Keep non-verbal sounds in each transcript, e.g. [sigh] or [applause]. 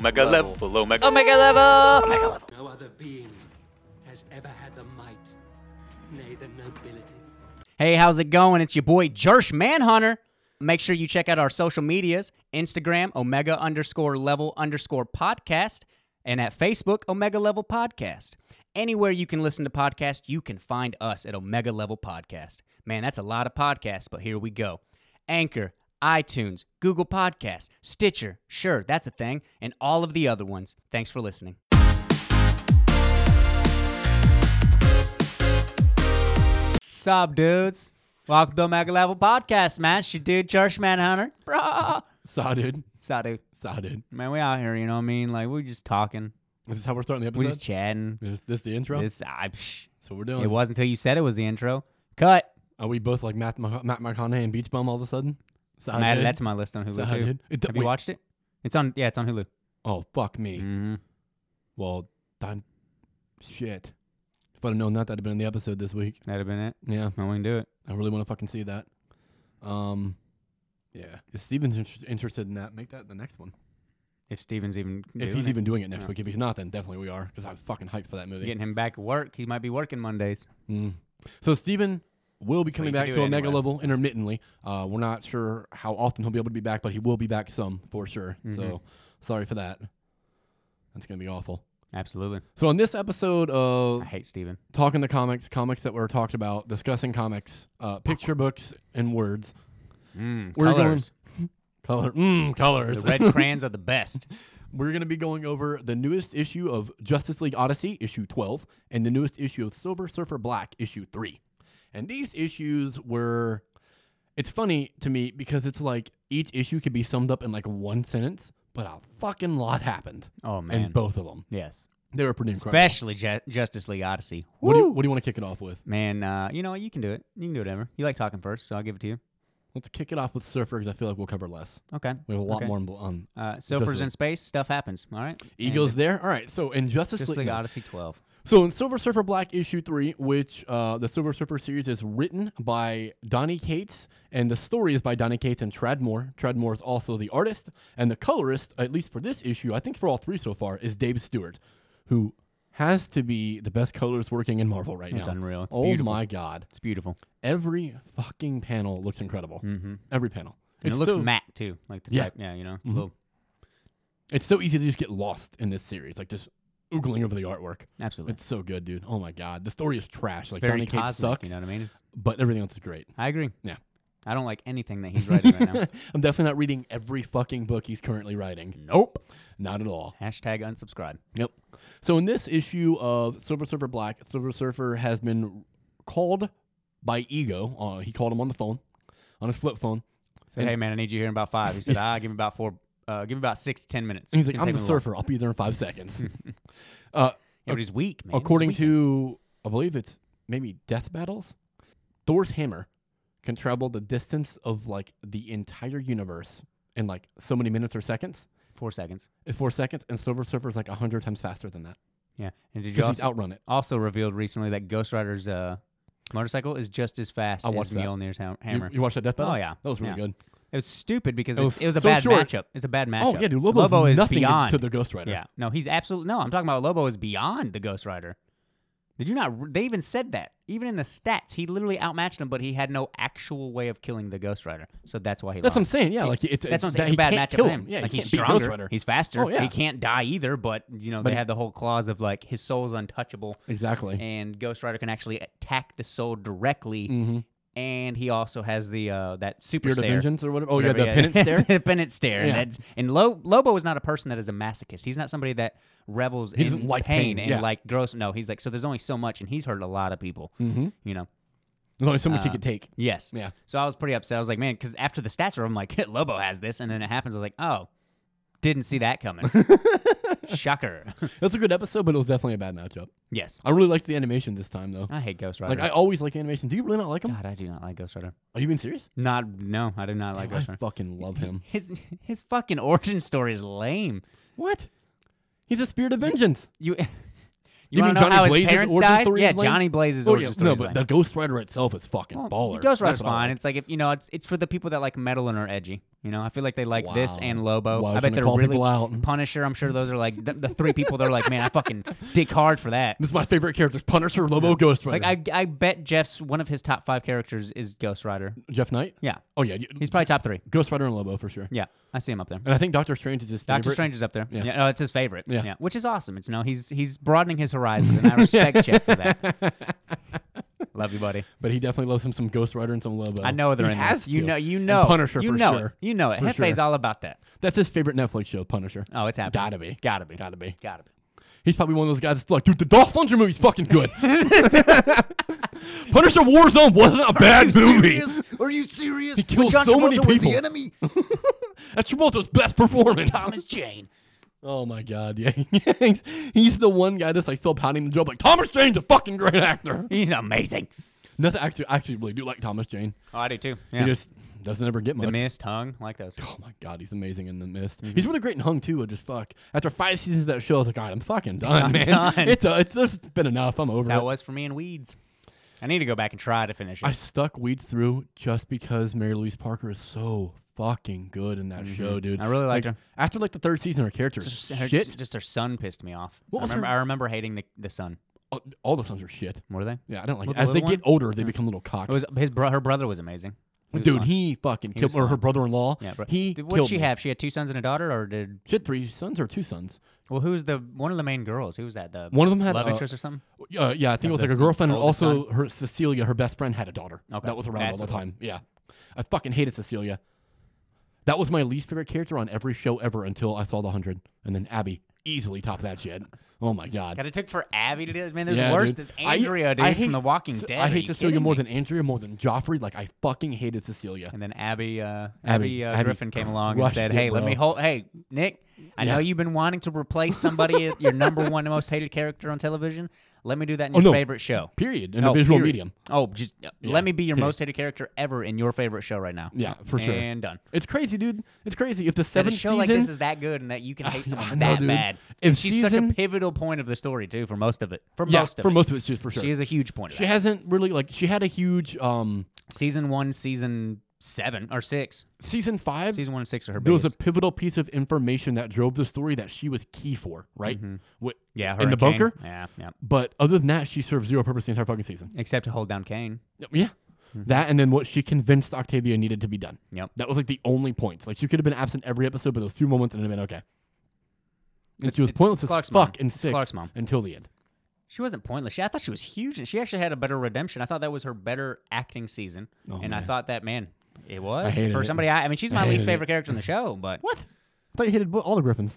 Omega Level. level. Omega. Omega level. Omega level. No other being has ever had the might, nay, the nobility. Hey, how's it going? It's your boy Jersh Manhunter. Make sure you check out our social medias Instagram, Omega underscore level underscore podcast, and at Facebook, Omega Level Podcast. Anywhere you can listen to podcasts, you can find us at Omega Level Podcast. Man, that's a lot of podcasts, but here we go. Anchor, iTunes, Google Podcasts, Stitcher, sure, that's a thing, and all of the other ones. Thanks for listening. Sup, dudes? Welcome to Omega Level Podcast, man. It's your dude, Jersh Manhunter. [laughs] Bruh. Saw dude. Sup, dude? Saw dude. Man, we out here, you know what I mean? Like, we're just talking. This is how we're starting the episode. We're just chatting. Is this the intro? This, I, psh, so we're doing. it wasn't until you said it was the intro. Cut. Are we both like Matt, Mc- Matt McConaughey and Beach Bum all of a sudden? Saw Man, dude. that's my list on Hulu, Saw too. dude. It d- Have you wait. watched it? It's on, yeah, it's on Hulu. Oh fuck me. hmm Well, done. Shit. If I'd have known that, that'd have been in the episode this week. That'd have been it. Yeah, No, we can do it. I really want to fucking see that. Um, yeah. If Steven's inter- interested in that, make that the next one. If Steven's even if doing he's it. even doing it next Yeah. week, if he's not, then definitely we are because I'm fucking hyped for that movie. getting him back at work, he might be working Mondays. Mm. So Steven will be coming you can back do to it Omega anyway, level intermittently. Uh, we're not sure how often he'll be able to be back, but he will be back some for sure. Mm-hmm. So sorry for that. That's gonna be awful. Absolutely. So on this episode of I hate Steven. talking to comics, comics that were talked about, discussing comics, uh, picture books, and words, Mm, We're going- colors. color, mm, colors. The red crayons are [laughs] the best. we're gonna be going over the newest issue of Justice League Odyssey, issue twelve, and the newest issue of Silver Surfer Black, issue three. And these issues were it's funny to me because it's like each issue could be summed up in like one sentence, but a fucking lot happened Oh, man. in both of them. Yes. They were pretty incredible. Especially Ju- Justice League Odyssey. What do, you, what do you want to kick it off with? Man, uh, you know what? You can do it. You can do whatever. You like talking first, so I'll give it to you. Let's kick it off with Surfer because I feel like we'll cover less. Okay. We have a lot Okay. more on. on Uh, Silver's Justice in space. Stuff happens. All right. Eagles And there. All right. So in Justice, Justice League, League no. Odyssey 12. So in Silver Surfer Black issue three, which uh, the Silver Surfer series is written by Donnie Cates, and the story is by Donnie Cates and Trad Moore. Trad Moore is also the artist, and the colorist, at least for this issue, I think for all three so far, is Dave Stewart, who has to be the best colorist working in Marvel right It's now. unreal. It's oh beautiful. my god! It's beautiful. Every fucking panel looks incredible. Mm-hmm. Every panel. And it It's looks so- matte, too. Like the Yeah. Mm-hmm. type. Yeah, you know. little- It's so easy to just get lost in this series, like just oogling over the artwork. absolutely. It's, It's so good, dude. Oh my god, the story is trash. like very Donny Cates cosmic. sucks. You know what I mean? It's- but everything else is great. I agree. Yeah. I don't like anything that he's writing [laughs] right now. I'm definitely not reading every fucking book he's currently writing. Nope. Not at all. Hashtag unsubscribe. Yep. So in this issue of Silver Surfer Black, Silver Surfer has been called by Ego. Uh, he called him on the phone, on his flip phone. Said, And- hey man, I need you here in about five. [laughs] He said, ah, give me about four, uh, give me about six to ten minutes. And It's he's like, gonna I'm take the me a while." surfer. I'll be there in five [laughs] seconds. uh, Yeah, but he's weak, man. It's according weak. to, I believe it's maybe Death Battles, Thor's hammer can travel the distance of like the entire universe in like so many minutes or seconds. four seconds. in four seconds, and Silver Surfer's like hundred times faster than that Yeah, and did you because he's also, outrun it. also revealed recently that Ghost Rider's uh, motorcycle is just as fast I as watched that. Mjolnir's ha- Did hammer. You, you watched that death battle? Oh, yeah. that was really Yeah. good. it was stupid because It it was was, it was a so bad short. matchup. It's a bad matchup. Oh yeah, dude, Lobo, Lobo, is nothing to- beyond to the Ghost Rider. Yeah, no, he's absolutely no. I'm talking about Lobo is beyond the Ghost Rider. Did you not? re- They even said that. Even in the stats, he literally outmatched him, but he had no actual way of killing the Ghost Rider. So that's why he. that's what I'm lost. saying. Yeah, like it's That's what I'm that saying. It's he a bad can't matchup kill for him. Yeah, like he he's can't beat Ghost stronger, Rider. he's faster. Oh, yeah. He can't die either, but you know But they he- had the whole clause of like his [laughs] soul's untouchable, exactly. and Ghost Rider can actually attack the soul directly. Mm-hmm. And he also has the uh, that super Mm. Spirit of stare. Vengeance or whatever. Oh Whatever, yeah, the penance stare. [laughs] the pennant stare. And, Yeah. that's, and Lo- Lobo is not a person that is a masochist. He's not somebody that revels He doesn't in like pain, and yeah. like gross. No, he's like so. There's only so much, and he's hurt a lot of people. Mm-hmm. You know. There's only so much he Uh, could take. Yes. Yeah. So I was pretty upset. I was like, man, because after the stats were, I'm like, [laughs] Lobo has this, and then it happens. I was like, oh, didn't see that [laughs] coming. Shocker. [laughs] That's a good episode, but it was definitely a bad matchup. yes. I really liked the animation this time though. I hate Ghost Rider. Like I always like the animation. Do you really not like him? Oh, God, I do not like Ghost Rider. Are you being serious? Not. No, I do not like Damn, Ghost I Rider. fucking [laughs] love him. His his fucking [laughs] origin story is lame. What? He's a spirit of vengeance. You. [laughs] You, You mean want to know Johnny how his Blaze's parents origin died? story Yeah, is lame? Johnny Blaze's Oh, origin yeah. story No, is but lame. the Ghost Rider itself is fucking Well, baller. Ghost That's Rider's what I like. fine. It's like if you know, it's it's for the people that like metal and are edgy. You know, I feel like they like this Wow. and Lobo. Wow, I bet gonna they're call really people out. Punisher. I'm sure those are like the, the three people. They're like, man, [laughs] I fucking dig hard for that. This is my favorite characters: Punisher, Lobo, Ghost Rider. Like, I I bet Jeff's one of his top five characters is Ghost Rider. Jeff Knight. Yeah, Oh yeah, you- he's probably top three. Ghost Rider and Lobo for sure. Yeah, I see him up there. And I think Doctor Strange is his Doctor favorite. Strange is up there. Yeah. Yeah. no, it's his favorite. Yeah. Yeah. which is awesome. It's no, he's he's broadening his horizons, [laughs] and I respect Jeff for that. Love you, buddy. but he definitely loves him some Ghost Rider and some Lobo. I know they're he in has this. You to. know, you And know, Punisher you for know sure. it. You know it. For Hefe's sure. all about that. That's his favorite Netflix show, Punisher. Oh, it's happening. Gotta be. Gotta be. Gotta be. Gotta be. He's probably one of those guys that's like, dude, the Dolph Lundgren movie's fucking good. [laughs] Punisher Warzone wasn't a bad movie. Are you serious? He kills John so many Travolta was the people. enemy. [laughs] That's Travolta's best performance. Thomas Jane. Oh my god, yeah. [laughs] He's the one guy that's like still pounding the drum like Thomas Jane's a fucking great actor. [laughs] He's amazing. Nothing actually I actually really do like Thomas Jane. Oh, I do too. He Yeah. just doesn't ever get the much. Mm-hmm. mist, hung, like those. Oh my god, he's amazing in the mist. He's really great in Hung too. I just fuck. After five seasons of that show, I was like, all right, I'm [laughs] fucking done, I'm man. done. It's, uh, it's this has been enough. I'm over That's how it it. was for me in Weeds. I need to go back and try to finish it. I stuck Weed through just because Mary Louise Parker is so fucking good in that show, dude. Mm-hmm. I really liked like, her. After like the third season, her character is just, her, shit. just her son pissed me off. What I, was her- remember, I remember hating the, the son. all, all the sons are shit. Were they? Yeah, I don't like. Well, It. the As they little get one? older, they become little cocks. It was his bro- her brother was amazing. He was Dude, fun. he fucking He killed was or her fun. brother-in-law. yeah, bro. he Did- killed what did she me. have? She had two sons and a daughter, or did She had three sons or two sons. well, who was the one of the main girls? Who was that? The One of them had love uh, interest or something. Uh, yeah, I think it was like a this girlfriend, and oldest also her Cecilia, her best friend, had a daughter. Okay. that was around That's all the what it was. time. Yeah, I fucking hated Cecilia. That was my least favorite character on every show ever until I saw The Hundred, and then Abby easily topped that shit. Oh my god. God, it took for Abby to do it. Man, there's Yeah, worse. dude. There's I- Andrea, dude, I from hate The Walking Ce- Dead. I Are hate you Cecilia kidding more me? than Andrea, more than Joffrey. Like I fucking hated Cecilia. And then Abby, uh, Abby, Abby- uh, Abby Griffin came along and crushed said, it, "Hey, let bro. me hold. Hey, Nick, I know Yeah. you've been wanting to [laughs] replace somebody, your number one most hated character on television. Let me do that in Oh, your no. favorite show, Period. In No, a visual period. medium. Oh, just uh, let me be your period. most hated character ever in your favorite show right now. Yeah, for sure. And done. It's crazy, dude. It's crazy. If the That a seventh show season, like this is that good and that you can hate someone I know, that dude. bad. If And she's such a season- pivotal point of the story too, for most of it. For yeah, most of for it, most of it's just for sure. she is a huge point. Of she that. hasn't really like she had a huge um season one, season seven or six. season five. Season one and six are her there was biggest. a pivotal piece of information that drove the story that she was key for, right? Wi- yeah, in the Hurricane. bunker. Yeah, yeah. But other than that, she served zero purpose the entire fucking season. Except to hold down Kane. Yep, Yeah. Mm-hmm. That and then what she convinced Octavia needed to be done. Yep. That was like the only points. Like she could have been absent every episode, but those two moments and it would have been okay. And she was pointless as Clark's mom. fuck in It's six Clark's mom. until the end. She wasn't pointless. She, I thought she was huge, and she actually had a better redemption. I thought that was her better acting season, Oh, and I man. thought that man, it was hated for it. somebody. I, I mean, she's my I least hated it. favorite character in the show, but What? I thought you hated bo- all the Griffins.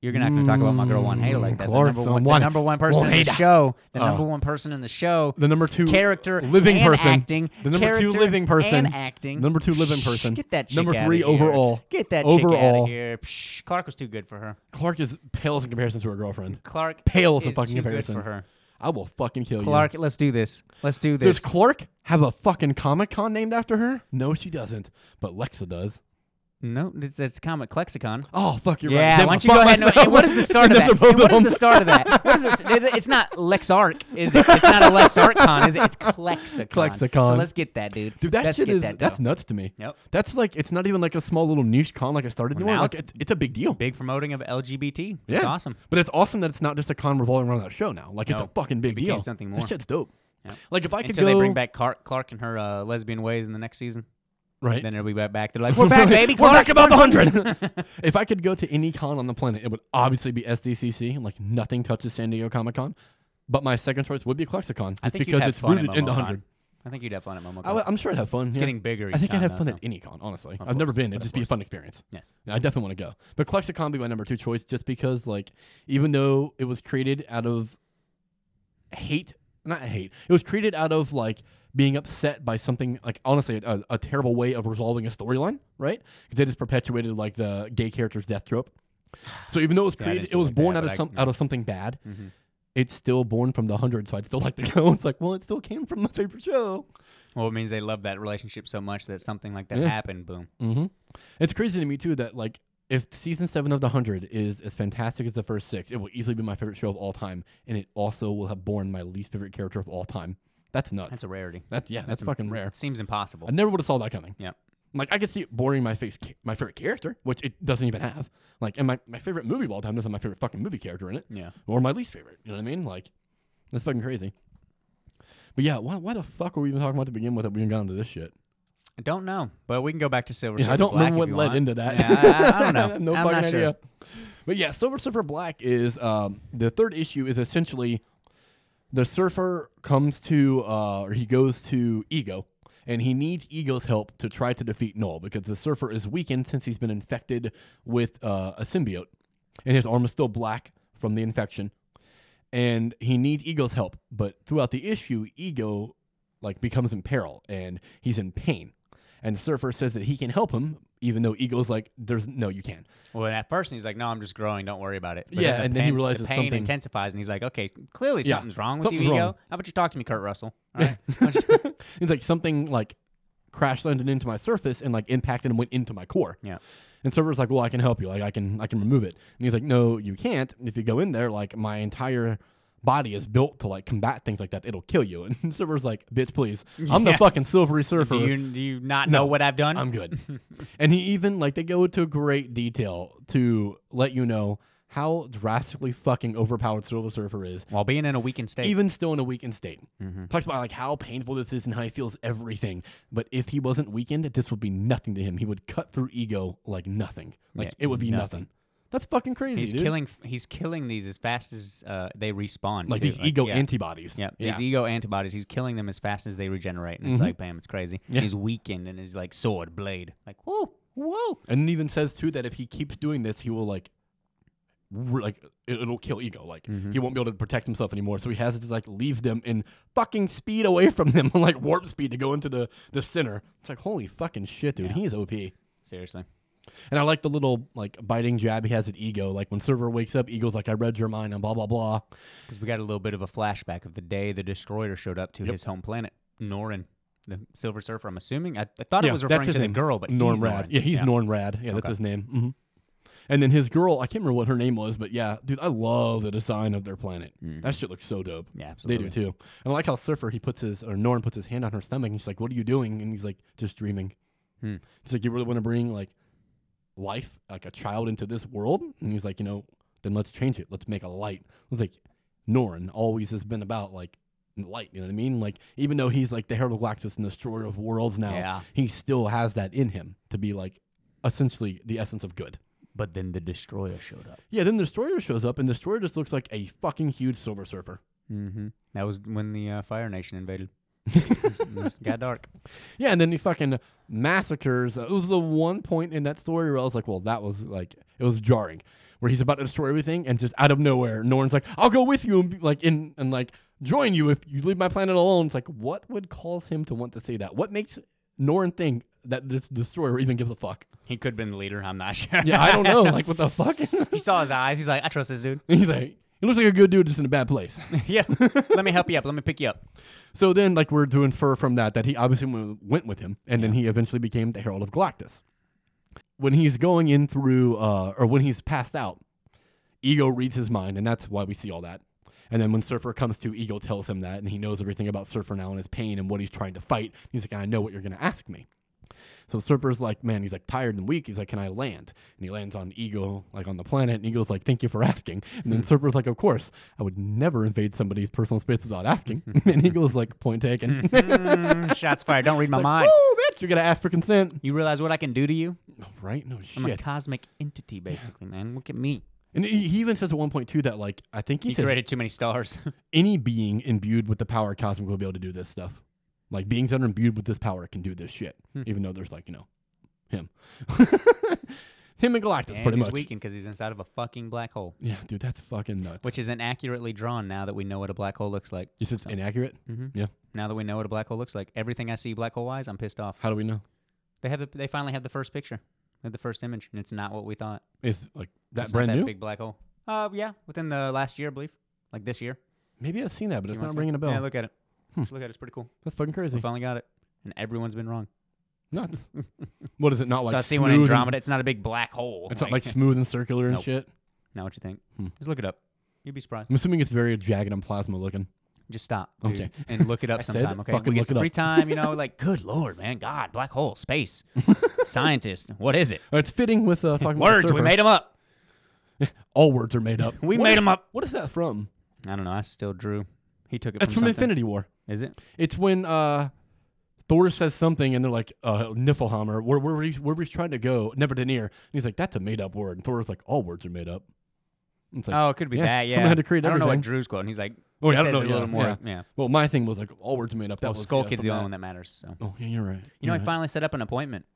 You're gonna have to talk about my girl Juan Hayda like that. The Clark, number one, the someone- number one person Juan in the Hader. show. The Oh. number one person in the show. The number two character, living and person. acting. The number two character living person. and acting. Number two living Shh, person. Get that chick Number outta three here. overall. Get that chick out Overall. of here. Psh, Clark was too good for her. Clark is pales in comparison to her girlfriend. Clark Pales is in fucking too comparison. good for her. I will fucking kill Clark, let's do this. Let's do you. Does this. Clark have a fucking Comic Con named after her? No, she doesn't. But Lexa does. no, it's, it's comic lexicon. Oh fuck, you're right. yeah, Damn, why I don't you go fucked ahead? And, myself. and what is [laughs] the start of That's that? both And what is of the them. start of that? What is this? It- It's not Lexark, is it? It's not a Lexarcon, is it? It's Klexicon. So Klexicon. let's get that, dude. Dude, that let's shit get is that dough. that's nuts to me. Yep. That's like it's not even like a small little niche con like I started Well, doing. now Like, it's it's, it's a big deal. big promoting of LGBT. yeah, It's awesome. But it's awesome that it's not just a con revolving around that show now. Like it's No, a fucking big became deal. something more. That shit's dope. Yep. Like if I could Until go they bring back Clark, Clark and her uh, lesbian ways in the next season, right, then it'll be back. back. They're like, we're [laughs] back, baby. We're back above [laughs] [laughs] 100. if I could go to any con on the planet, it would obviously be SDCC. Like nothing touches San Diego Comic Con. But my second choice would be Klexicon, I just think you'd because have it's fun rooted at in the MomoCon. hundred. I think you'd have fun at Momoco. I w- I'm sure I'd have fun. It's getting bigger I each think time, I'd have though, fun so. at any con. Honestly, I've course, never been. It'd of just be a fun experience. yes. I definitely want to go. But Klexicon be my number two choice just because, like, even though it was created out of hate, not hate, it was created out of, like, being upset by something, like, honestly, a, a terrible way of resolving a storyline, right? Because it just perpetuated, like, the gay character's death trope. So even though it was I didn't created, see it was like born that, out but of I- some yeah. out of something bad. Mhm. It's still born from the hundred, so I'd still like to [laughs] go. It's like, well, it still came from my favorite show. Well, it means they love that relationship so much that something like that Yeah. happened. Boom. Mm-hmm. It's crazy to me too that like if season seven of the hundred is as fantastic as the first six, it will easily be my favorite show of all time, and it also will have borne my least favorite character of all time. That's nuts. That's That's, a rarity. yeah, that's, fucking rare. It seems impossible. I never would have saw that coming. Yep. Like I could see it boring my face, my favorite character, which it doesn't even have. Like, and my, my favorite movie of all time doesn't have my favorite fucking movie character in it, Yeah. or my least favorite. You know what I mean? Like, that's fucking crazy. But yeah, why, why the fuck were we even talking about to begin with? That we even got into this shit. I don't know, but we can go back to Silver Yeah, Surfer I don't Black remember if what you led want. into that. Yeah, I, I don't [laughs] know. no I'm fucking not sure. idea. But yeah, Silver Surfer Black is um, the third issue is essentially the surfer comes to uh, or he goes to Ego and he needs Ego's help to try to defeat Null because the surfer is weakened since he's been infected with uh, a symbiote and his arm is still black from the infection and he needs Ego's help. But throughout the issue, Ego like becomes in peril and he's in pain. And Surfer says that he can help him, even though Ego's like, "There's no, you can." Well, at first he's like, "No, I'm just growing. Don't worry about it." But Yeah, the and then he pain- realizes the pain something- not intensifies, and he's like, "Okay, clearly Yeah, something's wrong with something's you, wrong. ego. How about you talk to me, Kurt Russell?" All [laughs] right. it's like something like crash landed into my surface and like impacted and went into my core. Yeah. And Surfer's like, "Well, I can help you. Like, I can, I can remove it." And he's like, "No, you can't. If you go in there, like my entire." Body is built to like combat things like that. It'll kill you. [laughs] And Surfer's like, "Bitch, please! I'm the Yeah. fucking silvery surfer. do you do you not know No, what I've done? I'm [laughs] good. and he even like they go to great detail to let you know how drastically fucking overpowered Silver Surfer is, While being in a weakened state, Mm-hmm. even still in a weakened state. Talks about like how painful this is and how he feels everything. But if he wasn't weakened, this would be nothing to him. He would cut through ego like nothing. Like Yeah, it would be nothing. nothing. That's fucking crazy. he's dude. killing he's killing these as fast as uh, they respawn. like too. these ego yeah. antibodies. Yeah, these ego antibodies. He's killing them as fast as they regenerate, and it's like, bam, it's crazy. Mm-hmm. Yeah. He's weakened, and he's like sword blade, like whoa, whoa. And it even says too that if he keeps doing this, he will like, re- like it- it'll kill ego. Like Mm-hmm. he won't be able to protect himself anymore. So he has to like leave them and fucking speed away from them, [laughs] like warp speed to go into the the center. It's like holy fucking shit, dude. He is op. Seriously, And I like the little like biting jab he has at ego. Like when Server wakes up, Ego's like, "I read your mind," and blah blah blah. because we got a little bit of a flashback of the day the destroyer showed up to his home planet, Norrin, the Silver Surfer. I'm assuming. I, I thought it was referring to the girl, but Norm he's Rad. Norrin. Yeah, he's Norm Rad. Yeah, that's Okay. his name. hmm And then his girl, I can't remember what her name was, but yeah, dude, I love the design of their planet. Mm. That shit looks so dope. Yeah, They do absolutely. too. And I like how Surfer he puts his or Norm puts his hand on her stomach and she's like, "What are you doing?" And he's like, "Just dreaming." Hmm. He's like, "You really want to bring like life, like a child, into this world?" And he's like, "You know, then let's change it. Let's make a light." I was like, Norrin always has been about like light. You know what I mean? Like even though he's like the Herald of Galactus and the Destroyer of Worlds now, Yeah. he still has that in him to be like essentially the essence of good. But then the destroyer showed up. Yeah, then the Destroyer shows up, and the Destroyer just looks like a fucking huge Silver Surfer. Mm-hmm. That was when the uh, Fire [laughs] Nation invaded. It was- it was- got dark. Yeah, and then he fucking massacres. uh, It was the one point in that story where I was like, well, that was like, it was jarring. Where he's about to destroy everything, and just out of nowhere, Norn's like, "I'll go with you and be, like in and like join you if you leave my planet alone." It's like, what would cause him to want to say that? What makes Norn think that this destroyer even gives a fuck? He could have been the leader. I'm not [laughs] sure. Yeah, I don't know. like, what the fuck? he saw his eyes. He's like, I trust this dude. [laughs] [laughs] he's like, he looks like a good dude, just in a bad place. yeah. Let me help you up. Let me pick you up. So then, like, we're to infer from that that he obviously w- went with him, and then he eventually became the Herald of Galactus. When he's going in through, uh, or when he's passed out, Ego reads his mind, and that's why we see all that. And then when Surfer comes to, Ego tells him that, and he knows everything about Surfer now and his pain and what he's trying to fight. He's like, I know what you're going to ask me. So Surfer's like, man, he's like tired and weak. He's like, can I land? And he lands on Ego, like on the planet. And Ego's like, thank you for asking. And then Surfer's like, of course, I would never invade somebody's personal space without asking. [laughs] and Ego's like, point [laughs] taken. Mm, shots fired. Don't read my mind. oh, bitch, you're gonna ask for consent, You realize what I can do to you? Oh, right? No I'm a shit. cosmic entity, basically, man. Look at me. And he he even says at one point too that like I think he, You says created too many stars. any being imbued with the power of cosmic will be able to do this stuff. Like beings that are imbued with this power can do this shit, even though there's like you know, him, [laughs] him and Galactus and pretty he's much. weakened because he's inside of a fucking black hole, Yeah, dude, that's fucking nuts. which is inaccurately drawn now that we know what a black hole looks like. You said it's inaccurate? Yeah. Now that we know what a black hole looks like, everything I see black hole wise, I'm pissed off. How do we know? They have the, they finally have the first picture, they have the first image, and it's not what we thought. Is like that It's not brand that new? big black hole. Uh, yeah, within the last year, I believe, like this year. Maybe I've seen that, but You it's want not some? ringing a bell. Hmm. Yeah, look at it. Just look at it. It's pretty cool. That's fucking We crazy. finally got it, and everyone's been wrong. [laughs] Nuts. what is it? Not like so I see smooth one and- Andromeda. It's not a big black hole. It's not like [laughs] Hmm. smooth and circular and Nope. shit. Now what you think? Just look it up. You'd be surprised. [laughs] I'm assuming it's very jagged and plasma looking. [laughs] Just stop. dude, Okay. And look it [laughs] up I said sometime. Okay. fucking We get look some it free up. [laughs] time, you know, like, good lord, man, God, black hole, space, scientist. What is it? It's fitting with uh, talking about Words, the we surfer. made them up. All words are made up. [laughs] We What made is- 'em up. What is that from? I don't know. I still drew. He took it That's from, from, something. Infinity War. Is it? It's when uh, Thor says something and they're like, uh, Niflheim, or where, where, were you- where were you trying to go? Neverdenir. And he's like, that's a made up word. And Thor's like, all words are made up. And It's like, Oh, it could be yeah, that. Yeah. someone had to create I don't know what everything. Drew's quote, and he's like, Oh, yeah, he I don't says know, it a yeah, little more. Yeah. yeah. well, my thing was like, all words are made up. That Well, was Skull yeah, Kid's from the only that. one that matters. So. Oh, yeah, you're right. You know, You're he right. finally set up an appointment.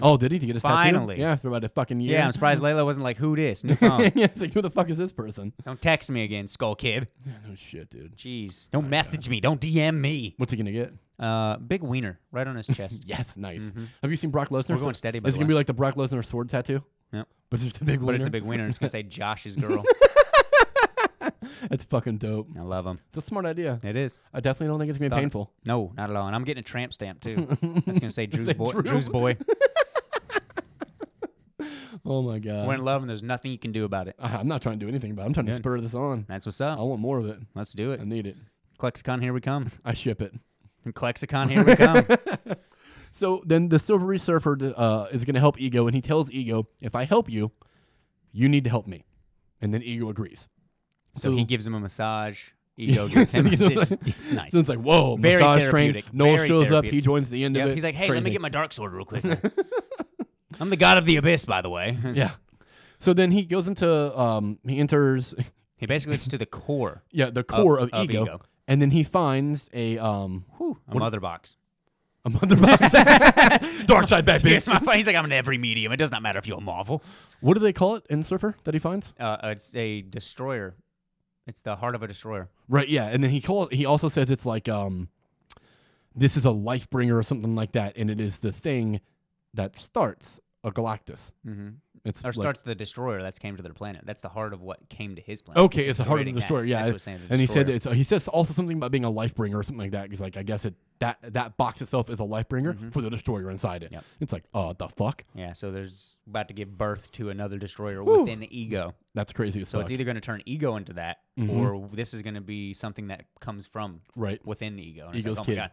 Oh, did he? To get his Finally. Tattoo? Yeah, after about a fucking year. [laughs] Yeah, I'm surprised Layla wasn't like, "Who this? New phone? yeah, it's like, who the fuck is this person? Don't text me again, Skull Kid. Yeah, no shit, dude. Jeez, Oh don't message me. Don't DM me." What's he gonna get? Uh, big wiener [laughs] right on his chest. Yes, nice. Have you seen Brock Lesnar? Mm-hmm. We're going steady, by Is the it gonna way. be like the Brock Lesnar sword tattoo? Yep. But it's just a big But wiener? it's a big wiener. and [laughs] It's gonna say Josh's girl. That's fucking dope. I love him. It's a smart idea. It is. I definitely don't think it's gonna Stop be it. painful. No, not at all. And I'm getting a tramp [laughs] stamp too. That's gonna say Drew's Say boy. Drew. Drew's boy. [laughs] Oh my god. We're in love, and there's nothing you can do about it. Uh, I'm not trying to do anything about it. I'm trying Yeah. to spur this on. That's what's I up. want more of it. Let's do it. I need it. Klexicon, here [laughs] we come. I ship it. Klexicon, here we [laughs] come. So then the Silvery Surfer d- uh, is going to help Ego, and he tells Ego, if I help you, you need to help me. And then Ego agrees. So he gives him a massage. [laughs] Ego gives So him. you know, It's, like- it's nice. So it's like, whoa, Very massage train. therapeutic, Noel very shows up. He therapeutic. joins the end Yeah, of it. he's like, hey, let me Crazy. get my dark sword [laughs] real quick. I'm the god of the abyss, by the way. [laughs] Yeah. So then he goes into, um, he enters, [laughs] he basically gets to the core. yeah, the core Of- of, of Ego, Ego. and then he finds a um Whew, a mother box. [laughs] a mother [laughs] box. Dark side back, Here's bitch. my phone. He's like, I'm in every medium. It does not matter if you're Marvel. What do they call it in Surfer that he finds? Uh, uh, it's a destroyer. It's the heart of a destroyer. Right. Yeah. And then he calls. He also says it's like um, this is a life bringer or something like that, and it is the thing that starts a Galactus. Mm-hmm. It's Or like- starts the destroyer that's came to their planet. That's the heart of what came to his planet. Okay, it's the heart of the creating that. destroyer. Yeah, That's what it's saying, the and he said destroyer. it's, he says also something about being a life bringer or something like that. He's like, I guess it that that box itself is a life bringer with a destroyer inside it. Mm-hmm. Yep. It's like, uh, the fuck? Yeah, so there's about to give birth to another destroyer Whew. within Ego. That's crazy as So fuck. it's either going to turn ego into that, Mhm. or this is going to be something that comes from right. within ego. And it's Ego's like, oh kid. my god,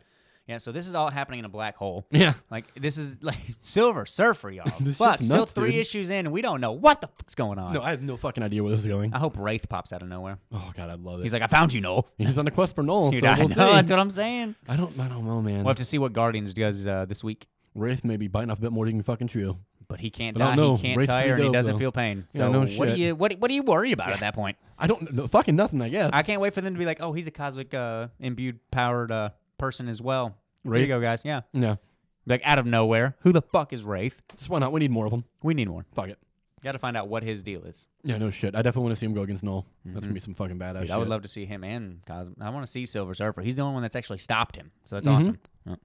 yeah. So this is all happening in a black hole. [laughs] Yeah. Like this is like [laughs] Silver Surfer, y'all. This Fuck, shit's still nuts, three dude. issues in, and we don't know what the fuck's going on. No, I have no fucking idea where this is going. I hope Wraith pops out of nowhere. Oh god, I love it. Uh, He's like, I found you, Noel. [laughs] He's on a quest for Noel. Dude, so I we'll [laughs] know. see. That's what I'm saying. I don't. I don't know, man. We'll have to see what Guardians does uh, this week. Wraith may be biting off a bit more than you can fucking chew. But he can't But I die. don't know. He can't Wraith's pretty tire, and he dope, doesn't though. feel pain. Yeah, So no what shit. do you what do- what do you worry about at that point? I don't. No, fucking nothing. I guess. I can't wait for them to be like, oh, he's a cosmic uh, imbued powered uh, person as well. There you Wraith? go, guys. Yeah. no. Like out of nowhere. Who the fuck is Wraith? Just why not? We need more of them. We need more. Fuck it. Got to find out what his deal is. Yeah, no shit. I definitely want to see him go against Noel. That's gonna be some fucking badass. Mm-hmm. Dude, I would shit. love to see him and Cosmo. I want to see Silver Surfer. He's the only one that's actually stopped him. So that's Mhm. awesome. Yep.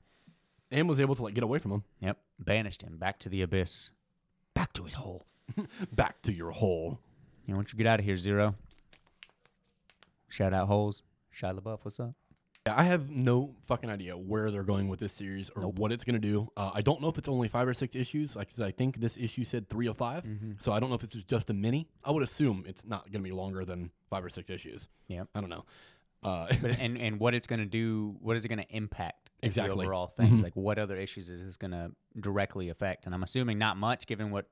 And was able to like get away from him. Yep. Banished him back to the abyss, back to his hole. Back to your hole. You know, once you get out of here, Zero. Shout out Holes. Shia LaBeouf, [laughs] what's up? Yeah, I have no fucking idea where they're going with this series or what it's gonna do. Uh, I don't know if it's only five or six issues. Like 'cause I think this issue said three or 5 Mm-hmm. so I don't know if it's just a mini. I would assume it's not gonna be longer than five or six issues. Yep. I don't know. Uh, But, and and what it's going to do, what is it going to impact is the Exactly. Mm-hmm. overall things? Like what other issues is this going to directly affect? And I'm assuming not much, given what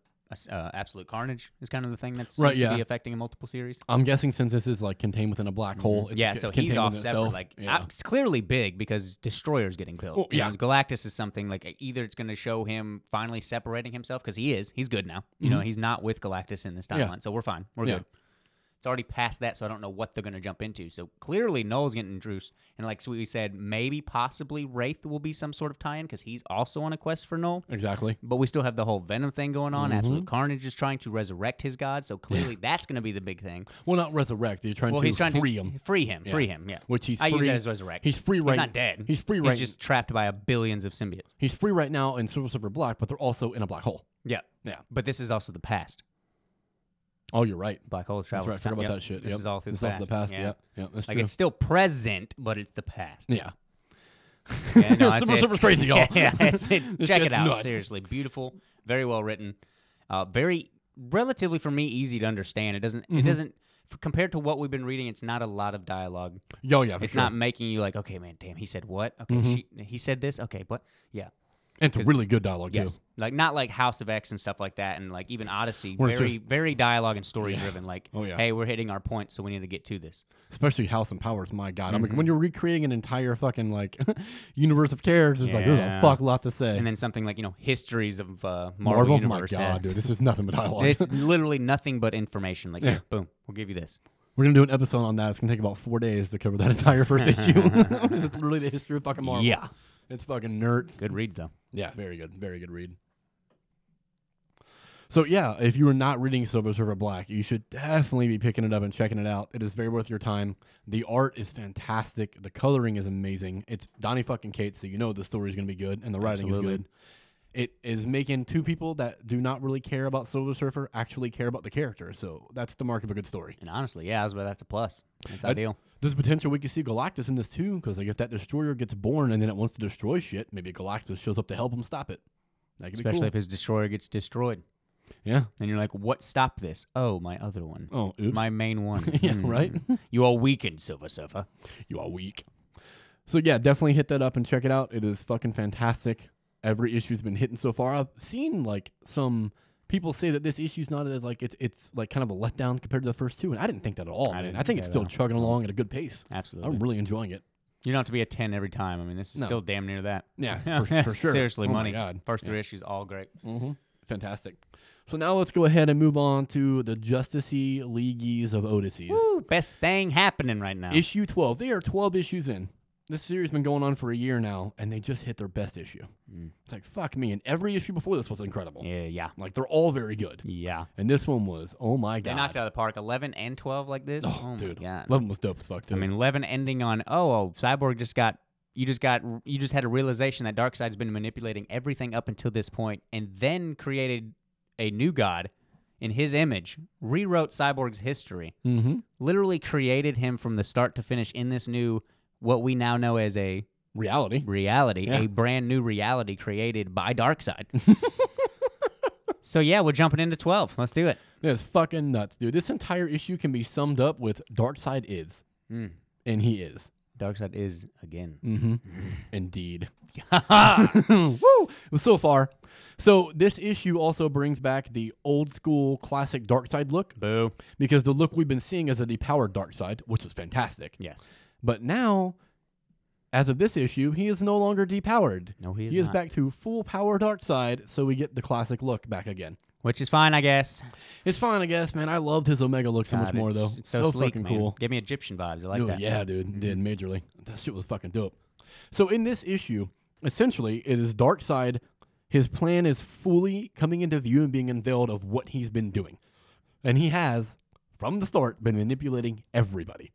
uh, Absolute Carnage is kind of the thing that seems Right, to yeah. be affecting in multiple series. [laughs] I'm guessing since this is like contained within a black hole. It's Mm-hmm. yeah, c- so contained he's within off separate. itself. Like yeah. uh, it's clearly big because Destroyer's getting killed. Well, You know, yeah. Galactus is something like e, either it's going to show him finally separating himself because he is, he's good now. You know, he's not with Galactus in this timeline, Mm-hmm. Yeah. so we're fine, we're Yeah. good. It's already past that, so I don't know what they're going to jump into. So clearly, Noel's getting introduced, and like we said, maybe possibly Wraith will be some sort of tie-in because he's also on a quest for Noel. exactly. But we still have the whole Venom thing going on. Mm-hmm. Absolute Carnage is trying to resurrect his god, so clearly that's going to be the big thing. Well, not resurrect. You're trying Well, to he's trying free to him. free him, free him. Yeah, Which he's I use free- that as resurrect. He's free right. He's not dead. He's free He's right. just trapped by a billions of symbiotes. he's free right now in Silver Surfer Black, but they're also in a black hole. Yeah, Yeah. but this is also the past. Oh, you're right. Black holes That's travel. right. I forgot about that shit. This Yep. is all through This the is past. also the past. Yep. Yep. That's Like true. it's still present, but it's the [laughs] [laughs] past. yeah. [laughs] Silver Yeah, no, it's- Surfer's it's- crazy, y'all. [laughs] Yeah, it's, it's, [laughs] This check it shit's out. nuts. Seriously, beautiful, Mm-hmm. very well written, uh, very relatively for me easy to understand. It doesn't it doesn't f- compared to what we've been reading, it's not a lot of dialogue. Yo, yeah, Oh, for it's sure. Mm-hmm. not making you like, okay, man, damn, he said what? Okay, she, he said this. Okay, but yeah, And it's really good dialogue yes, too. like not like House of X and stuff like that, and like even Odyssey, Where it's very just- very dialogue and story driven. Like, Oh, yeah. hey, we're hitting our point, so we need to get to this. Especially House and Powers. My God, I'm like Mm-hmm. when you're recreating an entire fucking like [laughs] universe of characters, it's like there's a Yeah. fuck lot to say. And then something like you know histories of uh, Marvel, Marvel, my universe. God, yeah. dude, this is nothing but dialogue. It's literally nothing but information. Like, Yeah. here, boom, we'll give you this. We're gonna do an episode on that. It's gonna take about four days to cover that [laughs] entire first [laughs] issue. it's literally the history of fucking Marvel. Yeah, it's fucking nerds. good reads though. Yeah, very good. Very good read. So yeah, if you are not reading Silver Surfer Black, you should definitely be picking it up and checking it out. It is very worth your time. The art is fantastic. The coloring is amazing. It's Donnie fucking Cates, so you know the story is gonna be good, and the writing Absolutely. is good. It is making two people that do not really care about Silver Surfer actually care about the character. So that's the mark of a good story. And honestly, yeah, I was about that's a plus. That's I- ideal. There's potential we could see Galactus in this too, because like if that destroyer gets born and then it wants to destroy shit, maybe Galactus shows up to help him stop it. That could Especially be if his destroyer gets destroyed. cool. yeah. And you're like, what stopped this? Oh, my other one. Oh, oops. My main one. [laughs] yeah, Hmm. right. You are weakened, Silver Surfer. you are weak. So yeah, definitely hit that up and check it out. It is fucking fantastic. Every issue's been hitting so far. I've seen like some people say that this issue's not as like it's it's like kind of a letdown compared to the first two, and I didn't think that at all. I man. didn't I think think it's that still at all. chugging along at a good pace. Absolutely. I'm really enjoying it. you don't have to be a 10 every time. I mean, this is No. still damn near that. [laughs] Yeah, for, for sure. Seriously, Oh my money. God. First three issues, all great. Mm-hmm. Fantastic. So now let's go ahead and move on to the Justice Leagueies of Odysseys. Woo, best thing happening right now. Issue 12. They are 12 issues in. This series has been going on for a year now, and they just hit their best issue. It's like, fuck me. And every issue before this was incredible. Mm. yeah, yeah. Like, they're all very good. Yeah. And this one was, oh my They God. knocked it out of the park 11 and 12 like this. Oh, my dude. God. Love was dope as fuck, too. I mean, 11 ending on, oh, oh, Cyborg just got, you just got, you just had a realization that Darkseid's been manipulating everything up until this point and then created a new god in his image, rewrote Cyborg's history, mm-hmm. literally created him from the start to finish in this new, what we now know as a Reality. reality, Yeah. a brand new reality created by [laughs] Darkseid. so, yeah, we're jumping into 12. Let's do it. That's fucking nuts, dude. This entire issue can be summed up with Darkseid is, Mm. and he is. Darkseid is [laughs] again. Mm-hmm. Indeed. Woo! So far. So this issue also brings back the old school classic dark side look Boo. because the look we've been seeing is a depowered dark side, which is fantastic. [laughs] Yes. But now, as of this issue, he is no longer depowered. No, he is He is not. back to full power dark side, so we get the classic look back again. Which is fine, I guess. It's fine, I guess, man. I loved his Omega look so much God, more it's- though. It's so, sleek, fucking man. cool. Give me Egyptian vibes. I like Dude, that. Mm-hmm. Yeah, dude, did majorly. That shit was fucking dope. So in this issue, essentially, it is Darkseid. His plan is fully coming into view and being unveiled of what he's been doing, and he has, from the start, been manipulating everybody.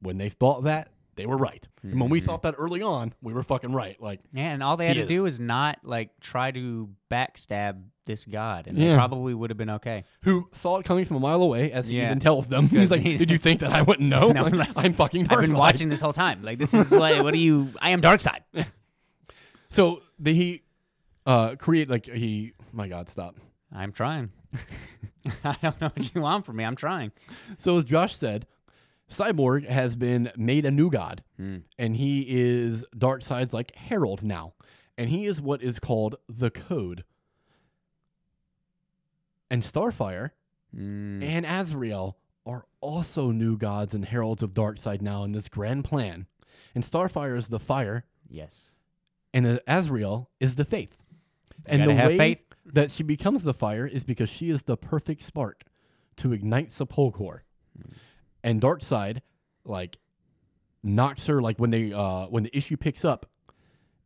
When they thought that, they were right, and when we Mm-hmm. thought that early on, we were fucking right. Like, Yeah, and all they had He to do is not like try to backstab this god, and Yeah. they probably would have been okay. who saw it coming from a mile away? As he Yeah. even tells them, [laughs] he's Because like, he's- "Did you think that I wouldn't know? [laughs] No, Like, like, I'm fucking Darkseid." I've been watching this whole time. Like this is what what are you? I am Darkseid. [laughs] So the, he uh, create like he. My God, stop. I'm trying. [laughs] I don't know what you want from me. I'm trying. So as Josh said, Cyborg has been made a new god, and he is Darkseid's like herald now, and he is what is called the Code. And Starfire Mm. and Azrael are also new gods and heralds of Darkseid now in this grand plan. And Starfire is the fire, Yes. and uh, Azrael is the faith. And gotta the have way faith. that she becomes the fire is because she is the perfect spark to ignite Sepulchre. Hmm. And Darkseid, like, knocks her like when they uh when the issue picks up,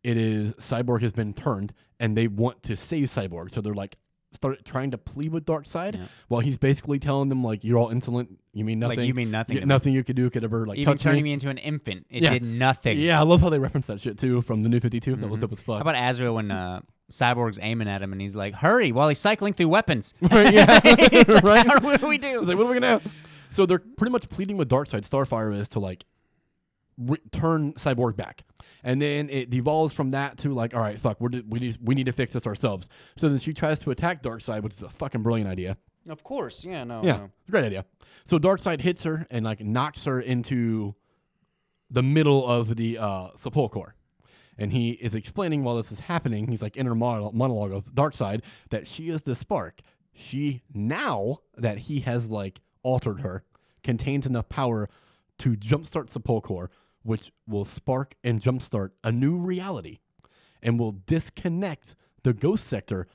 it is Cyborg has been turned and they want to save Cyborg. So they're like start trying to plead with Darkseid Yeah. while he's basically telling them like you're all insolent, you mean Like, nothing. you mean nothing You- to me." nothing you could do could ever like Even touch turning me. me into an infant, it Yeah. did nothing. Yeah, I love how they reference that shit too from the new 52. That Mm-hmm. was dope as fuck. How about Azrael when uh, Cyborg's aiming at him and he's like, "Hurry!" while he's cycling through weapons. [laughs] [laughs] Right, yeah. It's like, Right? [laughs] "How- what do we do? It's like, what are we gonna? So they're pretty much pleading with Darkseid. Starfire is to like re- turn Cyborg back, and then it devolves from that to like, all right, fuck, we're, d- we need we need to fix this ourselves. So then she tries to attack Darkseid, which is a fucking brilliant idea. Of course. Yeah, no. Yeah, no. great idea. So Darkseid hits her and like knocks her into the middle of the uh, sepulchre. And he is explaining while this is happening, he's like in her mono- monologue of Darkseid that she is the spark. She now that he has like altered her contains enough power to jumpstart sepulchre, which will spark and jumpstart a new reality, and will disconnect the ghost sector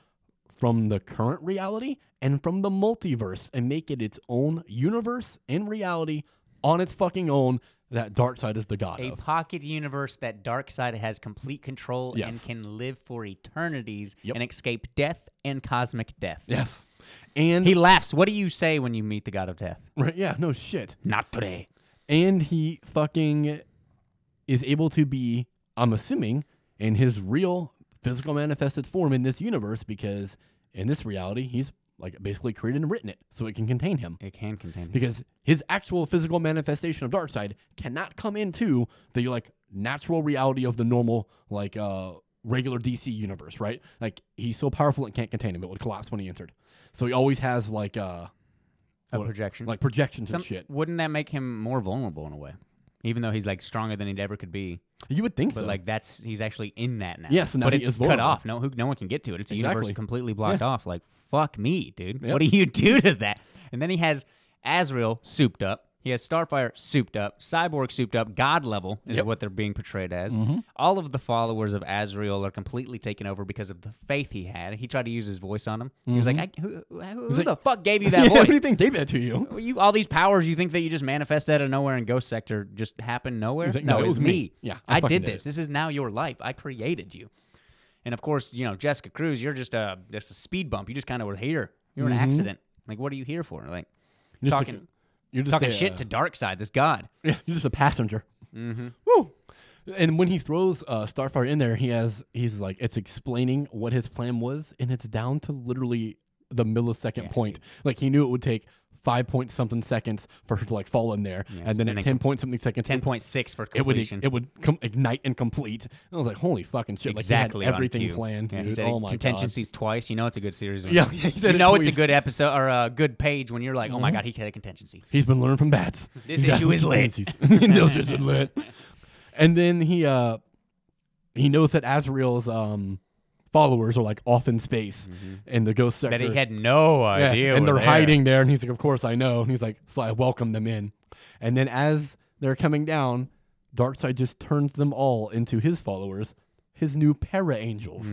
from the current reality and from the multiverse and make it its own universe and reality on its fucking own that Darkseid is the god A of. pocket universe that Darkseid has complete control and Yes. can live for eternities Yep. and escape death and cosmic death. Yes. And He laughs. What do you say when you meet the god of death? right, yeah, no shit. Not today. And he fucking is able to be, I'm assuming, in his real physical manifested form in this universe because in this reality he's like basically created and written it so it can contain him. It can contain him. because his actual physical manifestation of Darkseid cannot come into the like natural reality of the normal like uh regular DC universe, right? Like he's so powerful it can't contain him. It would collapse when he entered. So he always has like uh a what- projection. like projections Some- and shit. Wouldn't that make him more vulnerable in a way? Even though he's like stronger than he ever could be, You would think but so. [laughs] like that's he's actually in that now. Yeah, so now but he it's is cut vulnerable. off. No, who, no one can get to it. It's a universe Exactly. completely blocked off. Like fuck me, dude. Yep. What do you [laughs] do to that? And then he has Azrael souped up. He has Starfire souped up. Cyborg souped up. God level is Yep. Mm-hmm. what they're being portrayed as. All of the followers of Azrael are completely taken over because of the faith he had. He tried to use his voice on him. He was like, I, "Who, who, who Mm-hmm. like- the fuck gave you Yeah, that what voice?" do you think gave that to you? Well, you all these powers you think that you just manifest out of nowhere in Ghost Sector just happen nowhere? You think, no, no, it it's was me. Yeah, I, I did fucking this. did it. This is now your life. I created you. And of course, you know Jessica Cruz. You're just a just a speed bump. You just kind of were here. You're Mm-hmm. an accident. Like, what are you here for? Like You're just like- talking you're just talking a, shit uh, to Darkseid, this god. Yeah, you're just a passenger. Mm-hmm. Woo. And when he throws uh, Starfire in there, he has he's like it's explaining what his plan was, and it's down to literally the millisecond point. Like he knew it would take five point something seconds for her to like fall in there, and then and at then ten point something seconds, Ten point six for it would completion. it would com- ignite and complete. And I was like, holy fucking shit! exactly. like, on he had everything cue. planned. Yeah, he dude. said oh my god. contingencies twice. You know it's a good series. [laughs] When Yeah, he said you it know it's twice. a Mm-hmm. good episode or a good page when you're like, oh my god, he had a contingency. He's been learning from bats. [laughs] This He's got issue some is lit. [laughs] tendencies. this issue is [laughs] lit. And then he uh he knows that Azrael's um followers are like off in space in the ghost sector. Mm-hmm. That he had no Yeah, idea. and were they're there. hiding there, and he's like, "Of course I know." And he's like, "So I welcome them in." And then as they're coming down, Darkseid just turns them all into his followers, his new para angels,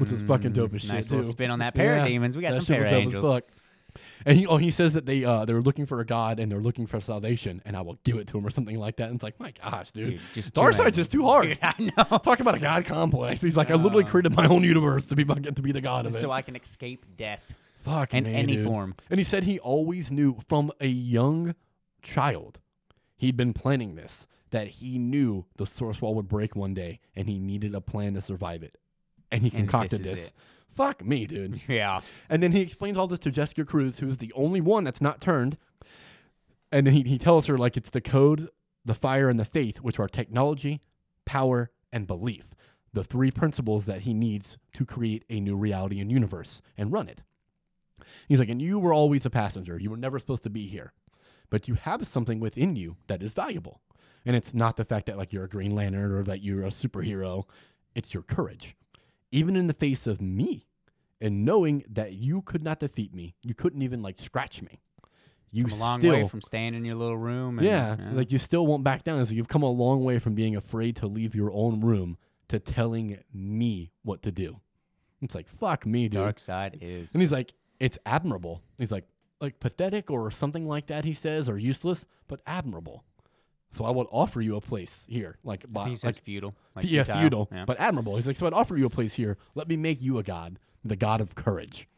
which is fucking dope as shit. Mm, nice little too. spin on that Yeah, parademons. We got that some shit was dope as paraangels. fuck. And he, oh, he says that they uh, they're looking for a god and they're looking for salvation, and I will give it to him or something like that. And it's like, my gosh, dude, Dude, just too Darkseid's angry. just too hard. [laughs] Dude, I know. Talk about a god complex. He's like, I literally created my own universe to be fucking to be the god of it. Uh. So I can escape death. Fuck In me, any dude. form. And he said he always knew from a young child he'd been planning this that he knew the source wall would break one day and he needed a plan to survive it. And he And concocted this is this. it. Fuck me, [laughs] dude. Yeah. And then he explains all this to Jessica Cruz, who's the only one that's not turned. And then he, he tells her, like, it's the code, the fire, and the faith, which are technology, power, and belief. The three principles that he needs to create a new reality and universe and run it. He's like, and you were always a passenger. You were never supposed to be here. But you have something within you that is valuable. And it's not the fact that, like, you're a Green Lantern or that you're a superhero, it's your courage. Even in the face of me and knowing that you could not defeat me, you couldn't even, like, scratch me. You I'm a long still, way from staying in your little room. And, yeah, uh, like you still won't back down. So you've come a long way from being afraid to leave your own room to telling me what to do. It's like, fuck me, dude. dark side is. And he's like, it's admirable. He's like, like pathetic or something like that, he says, or useless, but admirable. So I would offer you a place here. Like, by, He like says feudal. Like yeah, futile. feudal, Yeah. but admirable. He's like, so I'd offer you a place here. Let me make you a god, the god of courage.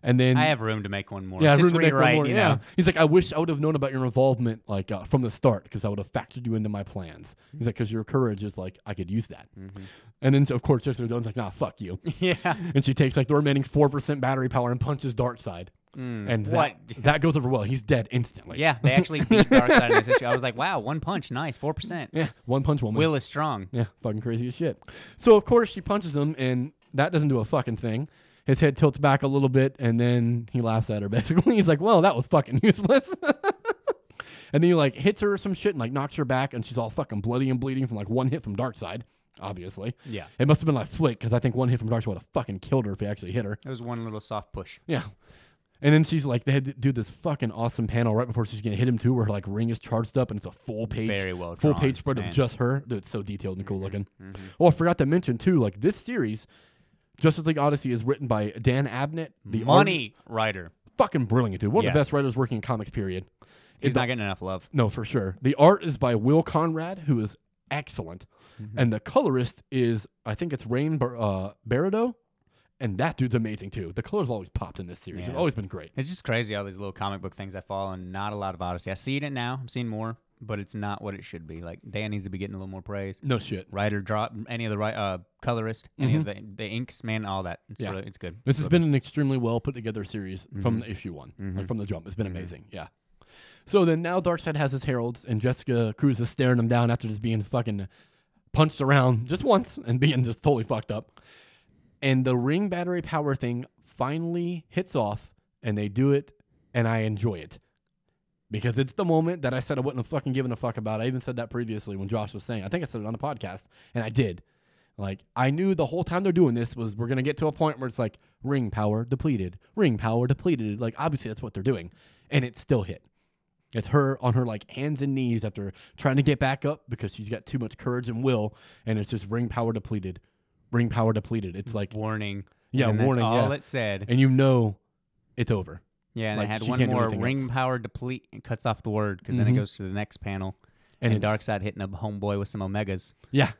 And then I have room to make one more. yeah, Just room to make one rewrite, more, you yeah. [laughs] know. [laughs] He's like, I wish I would have known about your involvement like uh, from the start because I would have factored you into my plans. He's like, because your courage is like, I could use that. Mm-hmm. And then, so, of course, Jessica Jones like, nah, fuck [laughs] you. Yeah. and she takes like the remaining 4% battery power and punches Darkseid. and that, Mm. what? [laughs] that goes over well. He's dead instantly. Yeah, they actually beat dark side in this issue. I was like, wow, one punch, nice, four percent. Yeah. One punch woman. Will is strong. Yeah, fucking crazy as shit. So of course she punches him, and that doesn't do a fucking thing. His head tilts back a little bit, and then he laughs at her. [laughs] Basically, he's like, "Well, that was fucking [laughs] useless." and then he like hits her or some shit and like knocks her back, and she's all fucking bloody and bleeding from like one hit from Darkseid. Obviously, Yeah. it must have been like flick because I think one hit from Darkseid would have fucking killed her if he actually hit her. It was one little soft push. Yeah. And then she's like, they had to do this fucking awesome panel right before she's gonna hit him too, where her like ring is charged up and it's a full page, Very well full drawn, page spread man. Mm-hmm. of just her. Dude, it's so detailed and cool looking. Oh, I forgot to mention too, like this series, Justice League Odyssey is written by Dan Abnett, the art- Money writer. fucking brilliant dude, one of the Yes. best writers working in comics. Period. He's Is the- not getting enough love. no, for sure. The art is by Will Conrad, who is excellent, Mm-hmm. and the colorist is I think it's Rain Bar- uh, Barado, and that dude's amazing too. The colors have always popped in this series; Yeah. it's always been great. It's just crazy all these little comic book things I follow and not a lot of Odyssey. I see it now. I'm seeing more, but it's not what it should be. Like Dan needs to be getting a little more praise. No shit. Writer, draw any of the right uh, colorist, any of the the inks, man, all that. It's Mm-hmm. Yeah. really it's good. This has been an extremely well put together series from the issue one, like from the jump. It's been amazing. Yeah. So then now Darkseid has his heralds, and Jessica Cruz is staring him down after just being fucking punched around just once and being just totally fucked up. And the ring battery power thing finally hits off, and they do it, and I enjoy it. Because it's the moment that I said I wouldn't have fucking given a fuck about. I even said that previously when Josh was saying, I think I said it on the podcast, and I did. Like I knew the whole time they're doing this was we're gonna get to a point where it's like ring power depleted, ring power depleted. Like obviously that's what they're doing, and it still hit. It's her on her like hands and knees after trying to get back up because she's got too much courage and will, and it's just ring power depleted, ring power depleted. It's like Warning. Yeah, and that's warning, all yeah. it said. and you know, it's over. Yeah, and Like, I had she one can't do more anything ring else. Mm-hmm. power deplete. It cuts off the word because then it goes to the next panel. And And, it's- Darkseid hitting a homeboy with some omegas, Yeah,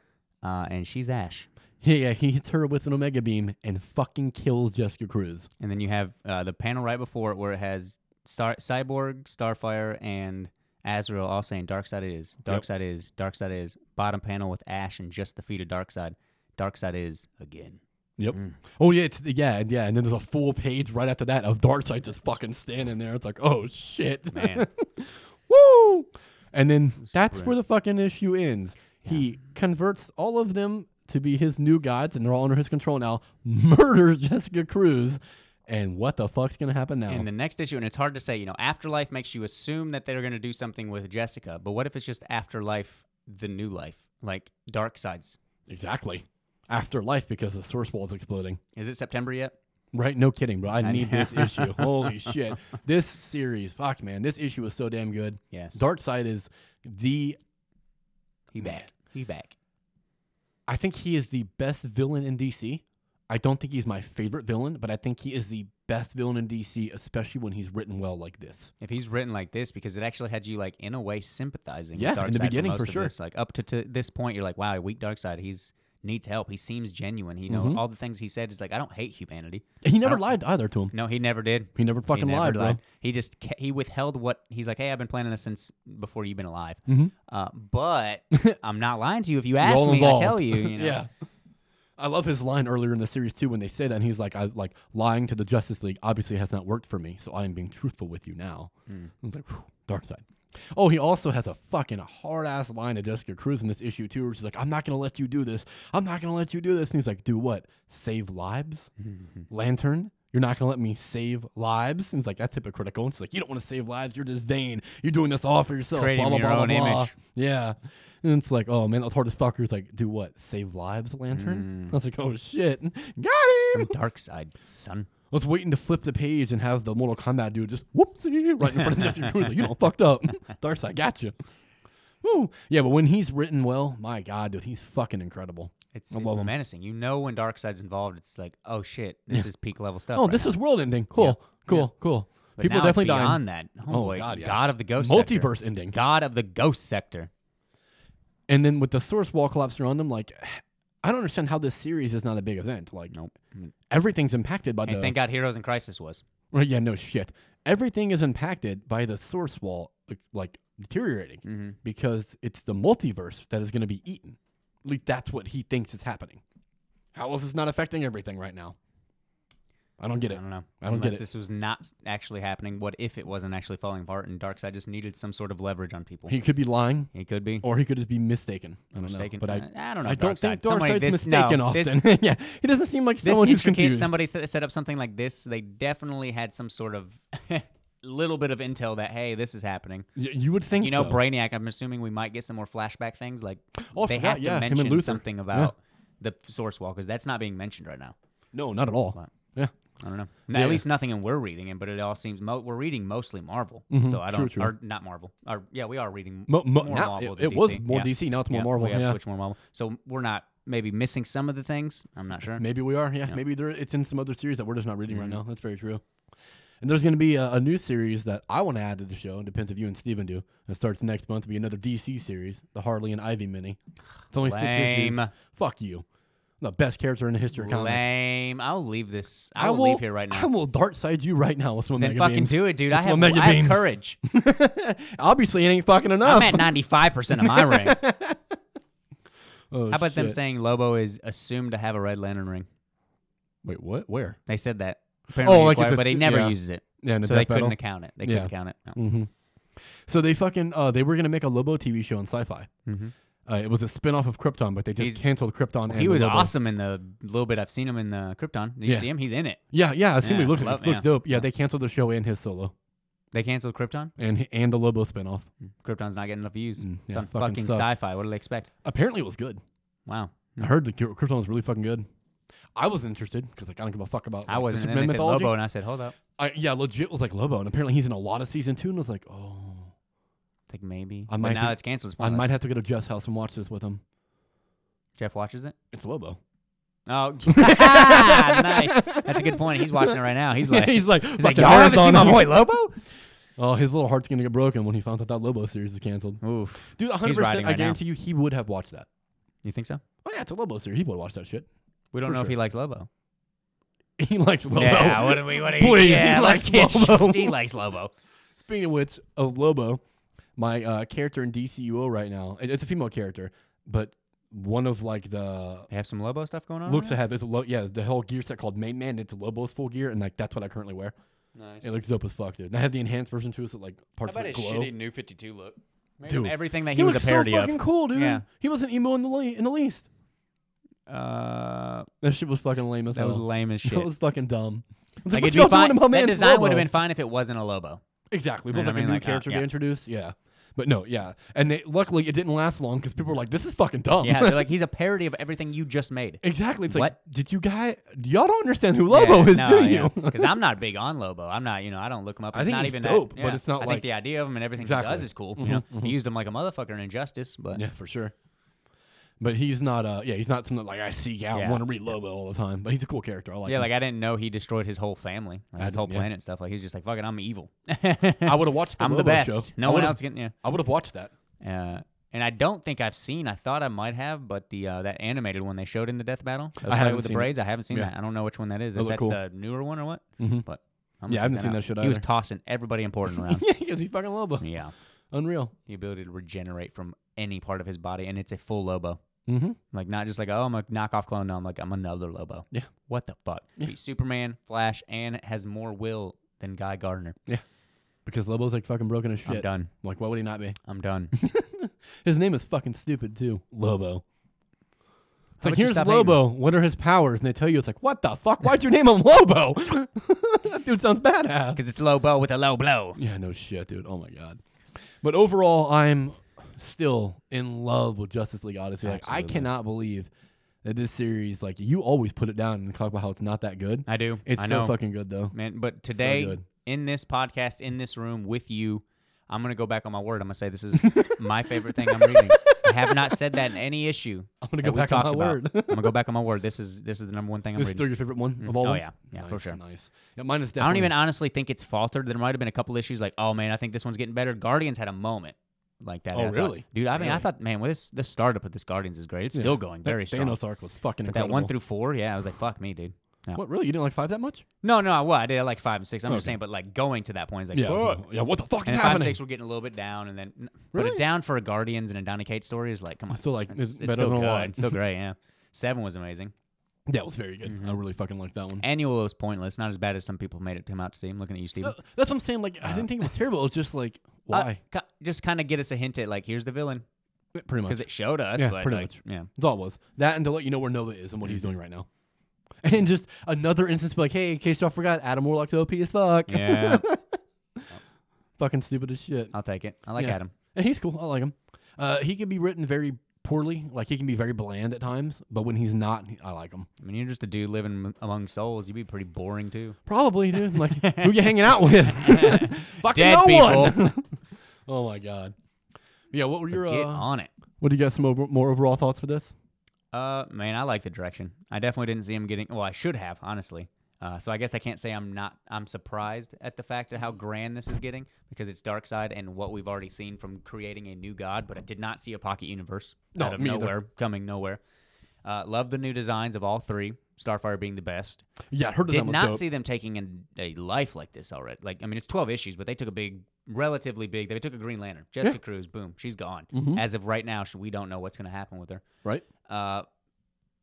uh, and she's Ash. yeah, yeah. He hits her with an omega beam and fucking kills Jessica Cruz. And then you have uh, the panel right before it where it has Star- Cyborg, Starfire, and Azrael all saying Darkseid is, Yep. Darkseid is, Darkseid is. Bottom panel with Ash and just the feet of Darkseid. Darkseid is again. Yep. Mm. Oh yeah, it's yeah, yeah. And then there's a full page right after that of Darkseid just fucking standing there. It's like, oh shit, Man. [laughs] woo! And then that's brilliant. where the fucking issue ends. He converts all of them to be his new gods, and they're all under his control now. Murders [laughs] Jessica Cruz, and what the fuck's gonna happen now? In the next issue, and it's hard to say, you know, Afterlife makes you assume that they're going to do something with Jessica, but what if it's just Afterlife, the new life? Like Darkseid's. exactly. After life, because the source wall is exploding. Is it September yet? Right? No kidding, bro. I need this [laughs] issue. Holy shit! This series, fuck, man. This issue is so damn good. Yes. Darkseid is the he back. He back. I think he is the best villain in DC. I don't think he's my favorite villain, but I think he is the best villain in DC, especially when he's written well like this. If he's written like this, because it actually had you like in a way sympathizing. Yeah, with Darkseid in the beginning, most for of sure. This. Like up to, to this point, you're like, wow, weak Darkseid. He's needs help. He seems genuine. He know Mm-hmm. all the things he said is like, I don't hate humanity. And he never don't- lied either to him. No, he never did. He never fucking he never lied, bro. He just ca- he withheld what he's like. Hey, I've been planning this since before you've been alive. Mhm. Uh, [laughs] but I'm not lying to you. If you ask all me, involved. I tell you. [laughs] [laughs] you know? yeah. I love his line earlier in the series too when they say that and he's like I like lying to the Justice League obviously has not worked for me, so I am being truthful with you now. Hmm. I was like, whew, dark side. Oh, he also has a fucking hard ass line to Jessica Cruz in this issue too, where she's like, I'm not gonna let you do this. I'm not gonna let you do this. And he's like, Do what? Save [laughs] lives? Lantern? You're not gonna let me save lives? And it's like, that's hypocritical. And she's like, You don't wanna save lives, you're just vain. You're doing this all for yourself. Creating blah blah your blah own blah blah. image. Yeah. And it's like, oh man, that was hard as fuck. He was like, do what? Save lives, Mm. Lantern? I was like, oh shit. Got him! Darkseid, son. I was waiting to flip the page and have the Mortal Kombat dude just whoopsie right in front of Jesse Cruz. Like, [laughs] you don't fucked up. Darkseid, gotcha. Woo. Yeah, but when he's written well, my god, dude, he's fucking incredible. It's, I love it's him. menacing. You know when Darkseid's involved, it's like, oh shit, this is peak level stuff. Oh, right this is world ending. Cool, cool, cool. But People now are definitely it's dying. beyond that. Oh, Homeboy, God, yeah. God of the ghost Multiverse sector. ending. God of the ghost sector. And then with the source wall collapse around them, like, [sighs] I don't understand how this series is not a big event. Like, Nope. Mm. everything's impacted by Hey, the thank God Heroes in Crisis was. Right, yeah, no shit. Everything is impacted by the source wall, like, like deteriorating, Mhm. because it's the multiverse that is going to be eaten. At least that's what he thinks is happening. How is this not affecting everything right now? I don't get I it. don't know. I don't Unless get it. this was not s- actually happening, what if it wasn't actually falling apart and Darkseid just needed some sort of leverage on people? He could be lying, He could be. or he could just be mistaken. I don't mistaken. know. But I, Uh, I don't know. I don't think Darkseid. Somebody- Darkseid's this- no, mistaken this- often. [laughs] yeah, he doesn't seem like this someone who's intricate confused. somebody set, set up something like this they definitely had some sort of [laughs] little bit of intel that hey this is happening Y- you would think [laughs] you know so. brainiac i'm assuming we might get some more flashback things like Oh, I they forgot, have to yeah, him and mention Luther. something about the source wall because that's not being mentioned right now No, not at all. What? Yeah, i don't know No, Yeah. at least nothing in we're reading it but it all seems mo- we're reading mostly marvel Mhm, so i true, don't true. or not marvel or yeah we are reading Mo- mo- more now- marvel it, than it was DC. more Yeah. DC. Now it's more Yeah, Marvel. we have yeah. switched more marvel so we're not maybe missing some of the things i'm not sure Maybe we are. Yeah, Yeah. Mm-hmm. maybe there, it's in some other series that we're just not reading right now. That's very true. And there's going to be a, a new series that I want to add to the show. It depends if you and Steven do. It starts next month. It'll be another DC series, the Harley and Ivy mini. It's only six issues. Lame. Fuck you. I'm the best character in the history of comics. Lame. I'll leave this. I, will, will leave here right I now. will dark side you right now with some Then mega fucking beams. do it, dude. With I have, some mega I have beams. [laughs] courage. Obviously, it ain't fucking enough. I'm at 95% of my ring. How oh, about them shit. saying Lobo is assumed to have a red lantern ring? Wait, what? Where? They said that. Apparently, Oh, he like it's acquired- a but he s- never yeah. uses it. Yeah, in the So they death battle. couldn't account it. They couldn't Yeah. count it. No. Mm-hmm. So they fucking uh, they were gonna make a Lobo TV show on Sci-Fi. Mhm. Uh, it was a spin-off of Krypton, but they just He's- canceled Krypton. and He was Lobo. awesome in the little bit I've seen him in the Krypton. Did you Yeah. see him? He's in it. Yeah, yeah. I seen what Yeah, he looked I like. love- He looks yeah. dope. Yeah, Yeah. they canceled the show and his solo They canceled Krypton. and and the Lobo spinoff. Krypton's not getting enough views. Mm, it's yeah, on fucking fucking sucks. sci-fi. What do they expect? Apparently, it was good. Wow. I heard the Kry- Krypton was really fucking good. I was interested because like I don't give a fuck about. Like, I wasn't. this And then they said mythology. Lobo, and I said, hold up. I, yeah, legit was like Lobo, and apparently he's in a lot of season two, and I was like, oh, I think maybe. I but might now do- it's canceled. It's I pointless. might have to go to Jeff's house and watch this with him. Jeff watches it. It's Lobo. [laughs] Oh, [laughs] nice. That's a good point. He's watching it right now. [laughs] He's like, he's like, he's like "Fucking y'all haven't seen marathon my him." boy Lobo? Oh, his little heart's gonna get broken when he finds out that Lobo series is canceled. Oof. Dude, 100. He's riding percent I right now. guarantee you, he would have watched that. You think so? Oh yeah, it's a Lobo series. He would have watched that shit. [laughs] We don't For know if sure. he likes Lobo. He likes Lobo. Yeah, what do we? What do Please, he yeah, likes let's get- Lobo. [laughs] He likes Lobo. [laughs] Speaking of which, of Lobo, my uh, character in DCUO right now, it- it's a female character, but one of like the They have some Lobo stuff going on. looks I have is a lo- yeah the whole gear set called Main Man. It's Lobo's full gear, and like that's what I currently wear. Nice. It looks dope as fuck, dude. And I have the enhanced version too, so like How parts of about it his glow. shitty New 52 look? Made Dude. him everything that he he, was a looks parody so of. fucking cool, dude. Yeah. He wasn't emo in the le- in the least. Uh, That shit was fucking lame as that was hell. lame as shit. [laughs] That was fucking dumb. I was like, like, it'd what be y'all fine. doing to my that man's design would Lobo? have been fine if it wasn't [laughs] a Lobo. Exactly. It You was know like a what I mean? new Like, uh, character yeah. to introduce. Yeah. But no, yeah. And they, luckily, it didn't last long because people were like, this is fucking dumb. Yeah, they're like he's a parody of everything you just made. [laughs] exactly. It's What? like, did you guys, y'all don't understand who Lobo is, do you? Because I'm not big on Lobo. I'm not, you know, I don't look him up. I It's think not he's even dope, that, but yeah. it's not I like- think the idea of him and everything he does Exactly. is cool. You know, Mhm, he used him like a motherfucker in Injustice, [laughs] but yeah, for sure. But he's not, uh, yeah, he's not something like I seek out, Yeah. want to read Lobo all the time. But he's a cool character. I like yeah, him. like I didn't know he destroyed his whole family, like I his whole didn't- yeah. planet and stuff. Like he's just like, fuck it, I'm evil. [laughs] I would have watched the I'm Lobo the best. show. I No one would've- else getting yeah. I would have watched that. Uh, and I don't think I've seen. I thought I might have, but the uh, that animated one they showed in the death battle, that was fight haven't with the seen it. braids. I haven't seen Yeah. that. I don't know which one that is. That If looked that's cool. the newer one or what? [laughs] Mhm. But I'm gonna Yeah, I check haven't that seen out. that shit He was either. tossing everybody important [laughs] around. yeah, because he's fucking Lobo. yeah. Unreal. the ability to regenerate from any part of his body, and it's a full Lobo. Mm-hmm. Like not just like oh I'm a knockoff clone. No, I'm like I'm another Lobo. Yeah. What the fuck? Yeah. Beat Superman, Flash, and has more will than Guy Gardner. Because Lobo's like fucking broken as shit. I'm done. Like, why would he not be? [laughs] I'm done. His name is fucking stupid too. Lobo. It's How like about you here's stop hating Lobo. What are his powers? And they tell you it's like, what the fuck? Why'd you name him [laughs] Lobo? that dude sounds badass. Because it's Lobo with a low blow. Yeah, no shit, dude. Oh my god. But overall, I'm still in love with Justice League Odyssey. Like, I Absolutely. cannot believe that this series, like, you always put it down and talk about how it's not that good. I do. It's I so know. fucking good though. man. But today good. in this podcast, in this room with you, I'm gonna go back on my word. I'm gonna say [laughs] this is my favorite thing I'm reading. I have not said that in any [laughs] issue. I'm gonna go back on talked my [laughs] about. word. I'm gonna go back on my word. This is this is the number one thing I'm This is still reading. your favorite one of all Oh of them? yeah, yeah, nice, for sure. Nice. Yeah, mine is I don't definitely even honestly think it's faltered. There might have been a couple issues like, oh man, I think this one's getting better. Guardians had a moment like that. Oh, and I thought- really? dude? I mean, I Really? thought, man, well, this this startup with this Guardians is great. It's Yeah. still going That very strong. Thanos arc was fucking But that incredible. one through four, yeah, I was like, fuck me, dude. No, What really? You didn't like five that much? no, no, I what I did I like five and six. I'm just Okay. saying, but like going to that point is like, Yeah. fuck. Yeah. What the fuck And is then five and happening? six were getting a little bit down, and then n- but Really? a down for a Guardians and a Donny Kate story is like, come on, Still like, it's, it's it's better still than a good, lot. [laughs] it's still great, yeah. Seven was amazing. That was very good. Mm-hmm. I really fucking liked that one. Annual was pointless. Not as bad as some people made it come out to see. I'm looking at you, Steven. Uh, That's what I'm saying. Like, I didn't think it was terrible. It's just like, Uh, why? ki- just kind of get us a hint at like, here's the villain pretty much. because it showed us. Yeah, but, pretty like, much. [laughs] Yeah. That's all it was. That and to let you know where Nova is and what Mm-hmm. he's doing right now. [laughs] And just another instance, be like, hey, in case y'all forgot, Adam Warlock's OP as fuck. Yeah. [laughs] Uh. Fucking stupid as shit. I'll take it. I like Yeah. Adam. And he's cool. I like him. Uh, he can be written very poorly. Like, he can be very bland at times, but when he's not, he- I like him. I mean, you're just a dude living m- among souls. You'd be pretty boring too. Probably, dude. [laughs] Like, who you hanging out with? Fucking Dead no people. one. [laughs] oh, my God. Yeah, what were your. Get Uh, on it. what do you got? Some over, more overall thoughts for this? Uh, man, I like the direction. I definitely didn't see him getting. Well, I should have honestly. Uh, so I guess I can't say I'm not. I'm surprised at the fact of how grand this is getting because it's dark side and what we've already seen from creating a new god. But I did not see a pocket universe No, out of me either. nowhere coming nowhere. Uh, love the new designs of all three. Starfire being the best. Yeah, I heard that Did was not dope. see them taking an, a life like this already. Like, I mean, it's 12 issues, but they took a big, relatively big. They took a Green Lantern, Jessica Cruz, boom, she's gone. Mm-hmm. As of right now, sh- we don't know what's going to happen with her. right? Uh,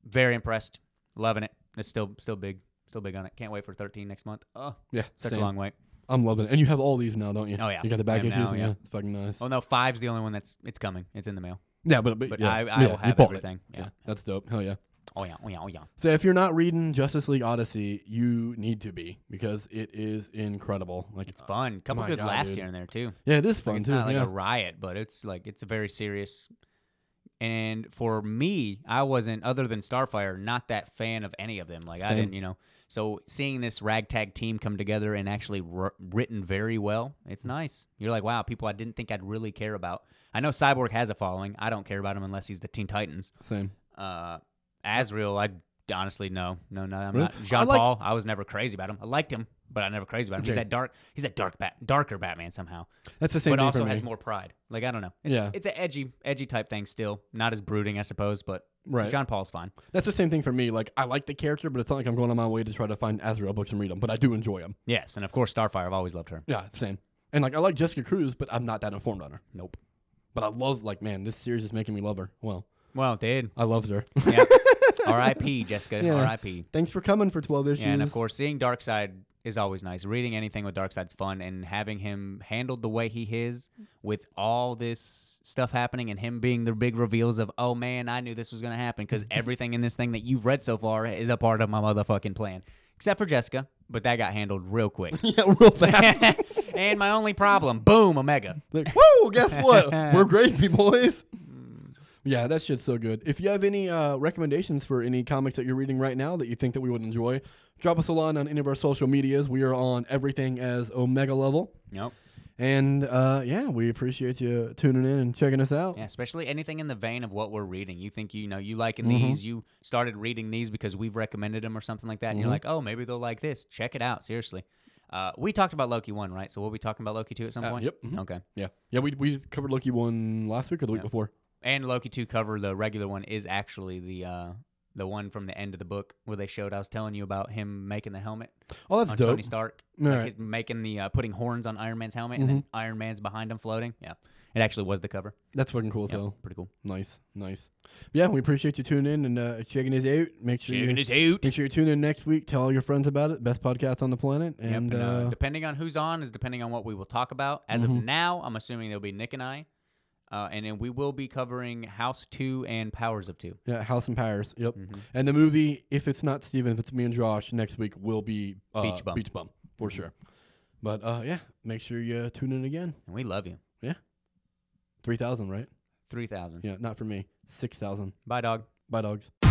very impressed, loving it. It's still, still big, still big on it. Can't wait for 13 next month. Oh, Yeah. such same. a long wait. I'm loving it. And you have all these now, don't you? Oh, yeah. You got the back I have issues. now, yeah. yeah. It's fucking nice. Oh no, five's the only one that's it's coming. It's in the mail. yeah, but, but, But yeah. I, I yeah, will you have bought it. everything. Yeah. Yeah. That's dope. Hell yeah. Oh yeah. Oh yeah. Oh yeah. So if you're not reading Justice League Odyssey, you need to be because it is incredible. Like It's fun. Oh Couple my good God, laughs dude. here and there too. Yeah, it is fun Like, it's too. not like yeah. a riot, but it's like it's a very serious. And for me, I wasn't other than Starfire, not that fan of any of them. Like I Same. didn't, you know. So seeing this ragtag team come together and actually wr- written very well, it's nice. You're like, wow, people I didn't think I'd really care about. I know Cyborg has a following. I don't care about him unless he's the Teen Titans. Same. Uh, Azrael, I honestly no, no, no, I'm Really? not. I Jean like- Paul, I was never crazy about him. I liked him, but I never crazy about him. He's Okay. that dark. He's that dark, bat, darker Batman somehow That's the same but thing also for has me. more pride. Like I don't know. It's, Yeah. it's an edgy, edgy type thing still. Not as brooding, I suppose, but Right. John Paul's fine. That's the same thing for me. Like I like the character, but it's not like I'm going on my way to try to find Azrael books and read them, but I do enjoy them. Yes, and of course Starfire. I've always loved her. Yeah, same. And like I like Jessica Cruz, but I'm not that informed on her. Nope. But I love like man, this series is making me love her. Well, [laughs] Well, did. I loved her. Yeah. R.I.P. Jessica. Yeah. R.I.P. Thanks for coming for 12 issues. Yeah, and of course, seeing Darkseid is always nice. Reading anything with Darkseid's fun, and having him handled the way he is with all this stuff happening, and him being the big reveals of, oh man, I knew this was gonna happen [laughs] because everything in this thing that you've read so far is a part of my motherfucking plan, except for Jessica, but that got handled [laughs] real quick. [laughs] yeah, real fast. [laughs] and my only problem, boom, Omega. Like, whoa, guess what? [laughs] We're gravy [laughs] boys. Yeah, that shit's so good. If you have any uh, recommendations for any comics that you're reading right now that you think that we would enjoy, drop us a line on any of our social medias. We are on everything as Omega Level. Nope. And uh, yeah, we appreciate you tuning in and checking us out. Yeah, especially anything in the vein of what we're reading. You think you know you Mm-hmm. liking these, you started reading these because we've recommended them or something like that, and you're Mm-hmm. like, oh, maybe they'll like this. Check it out, seriously. Uh, we talked about Loki one, right? So we'll be talking about Loki two at some Uh, point. yep, mhm. Okay. Yeah, yeah. We, we covered Loki one last week or the week before. And Loki two cover the regular one is actually the uh, the one from the end of the book where they showed I was telling you about him making the helmet Oh, that's on dope. Tony Stark, All like right. Mm-hmm. he's making the uh, putting horns on Iron Man's helmet, and then Iron Man's behind him floating. Yeah, it actually was the cover. That's fucking cool. Yeah, So pretty cool. nice, nice. But yeah, we appreciate you tuning in and uh, checking us out. Make sure you Checking his out. Make sure you tune in next week. Tell all your friends about it. Best podcast on the planet. Yep, And and, uh, uh, depending on who's on is depending on what we will talk about. As of now, I'm assuming there'll be Nick and I, uh, and then we will be covering House Two and Powers of Two. yeah, House and Powers. Yep. Mm-hmm. And the movie, if it's not Steven, if it's me and Josh, next week will be uh, Beach Bum. Mm-hmm. Beach Bum for sure. But uh, yeah, make sure you tune in again. And we love you. Three thousand, right? Three thousand. Yeah, not for me. Six thousand. Bye, dog. Bye, dogs.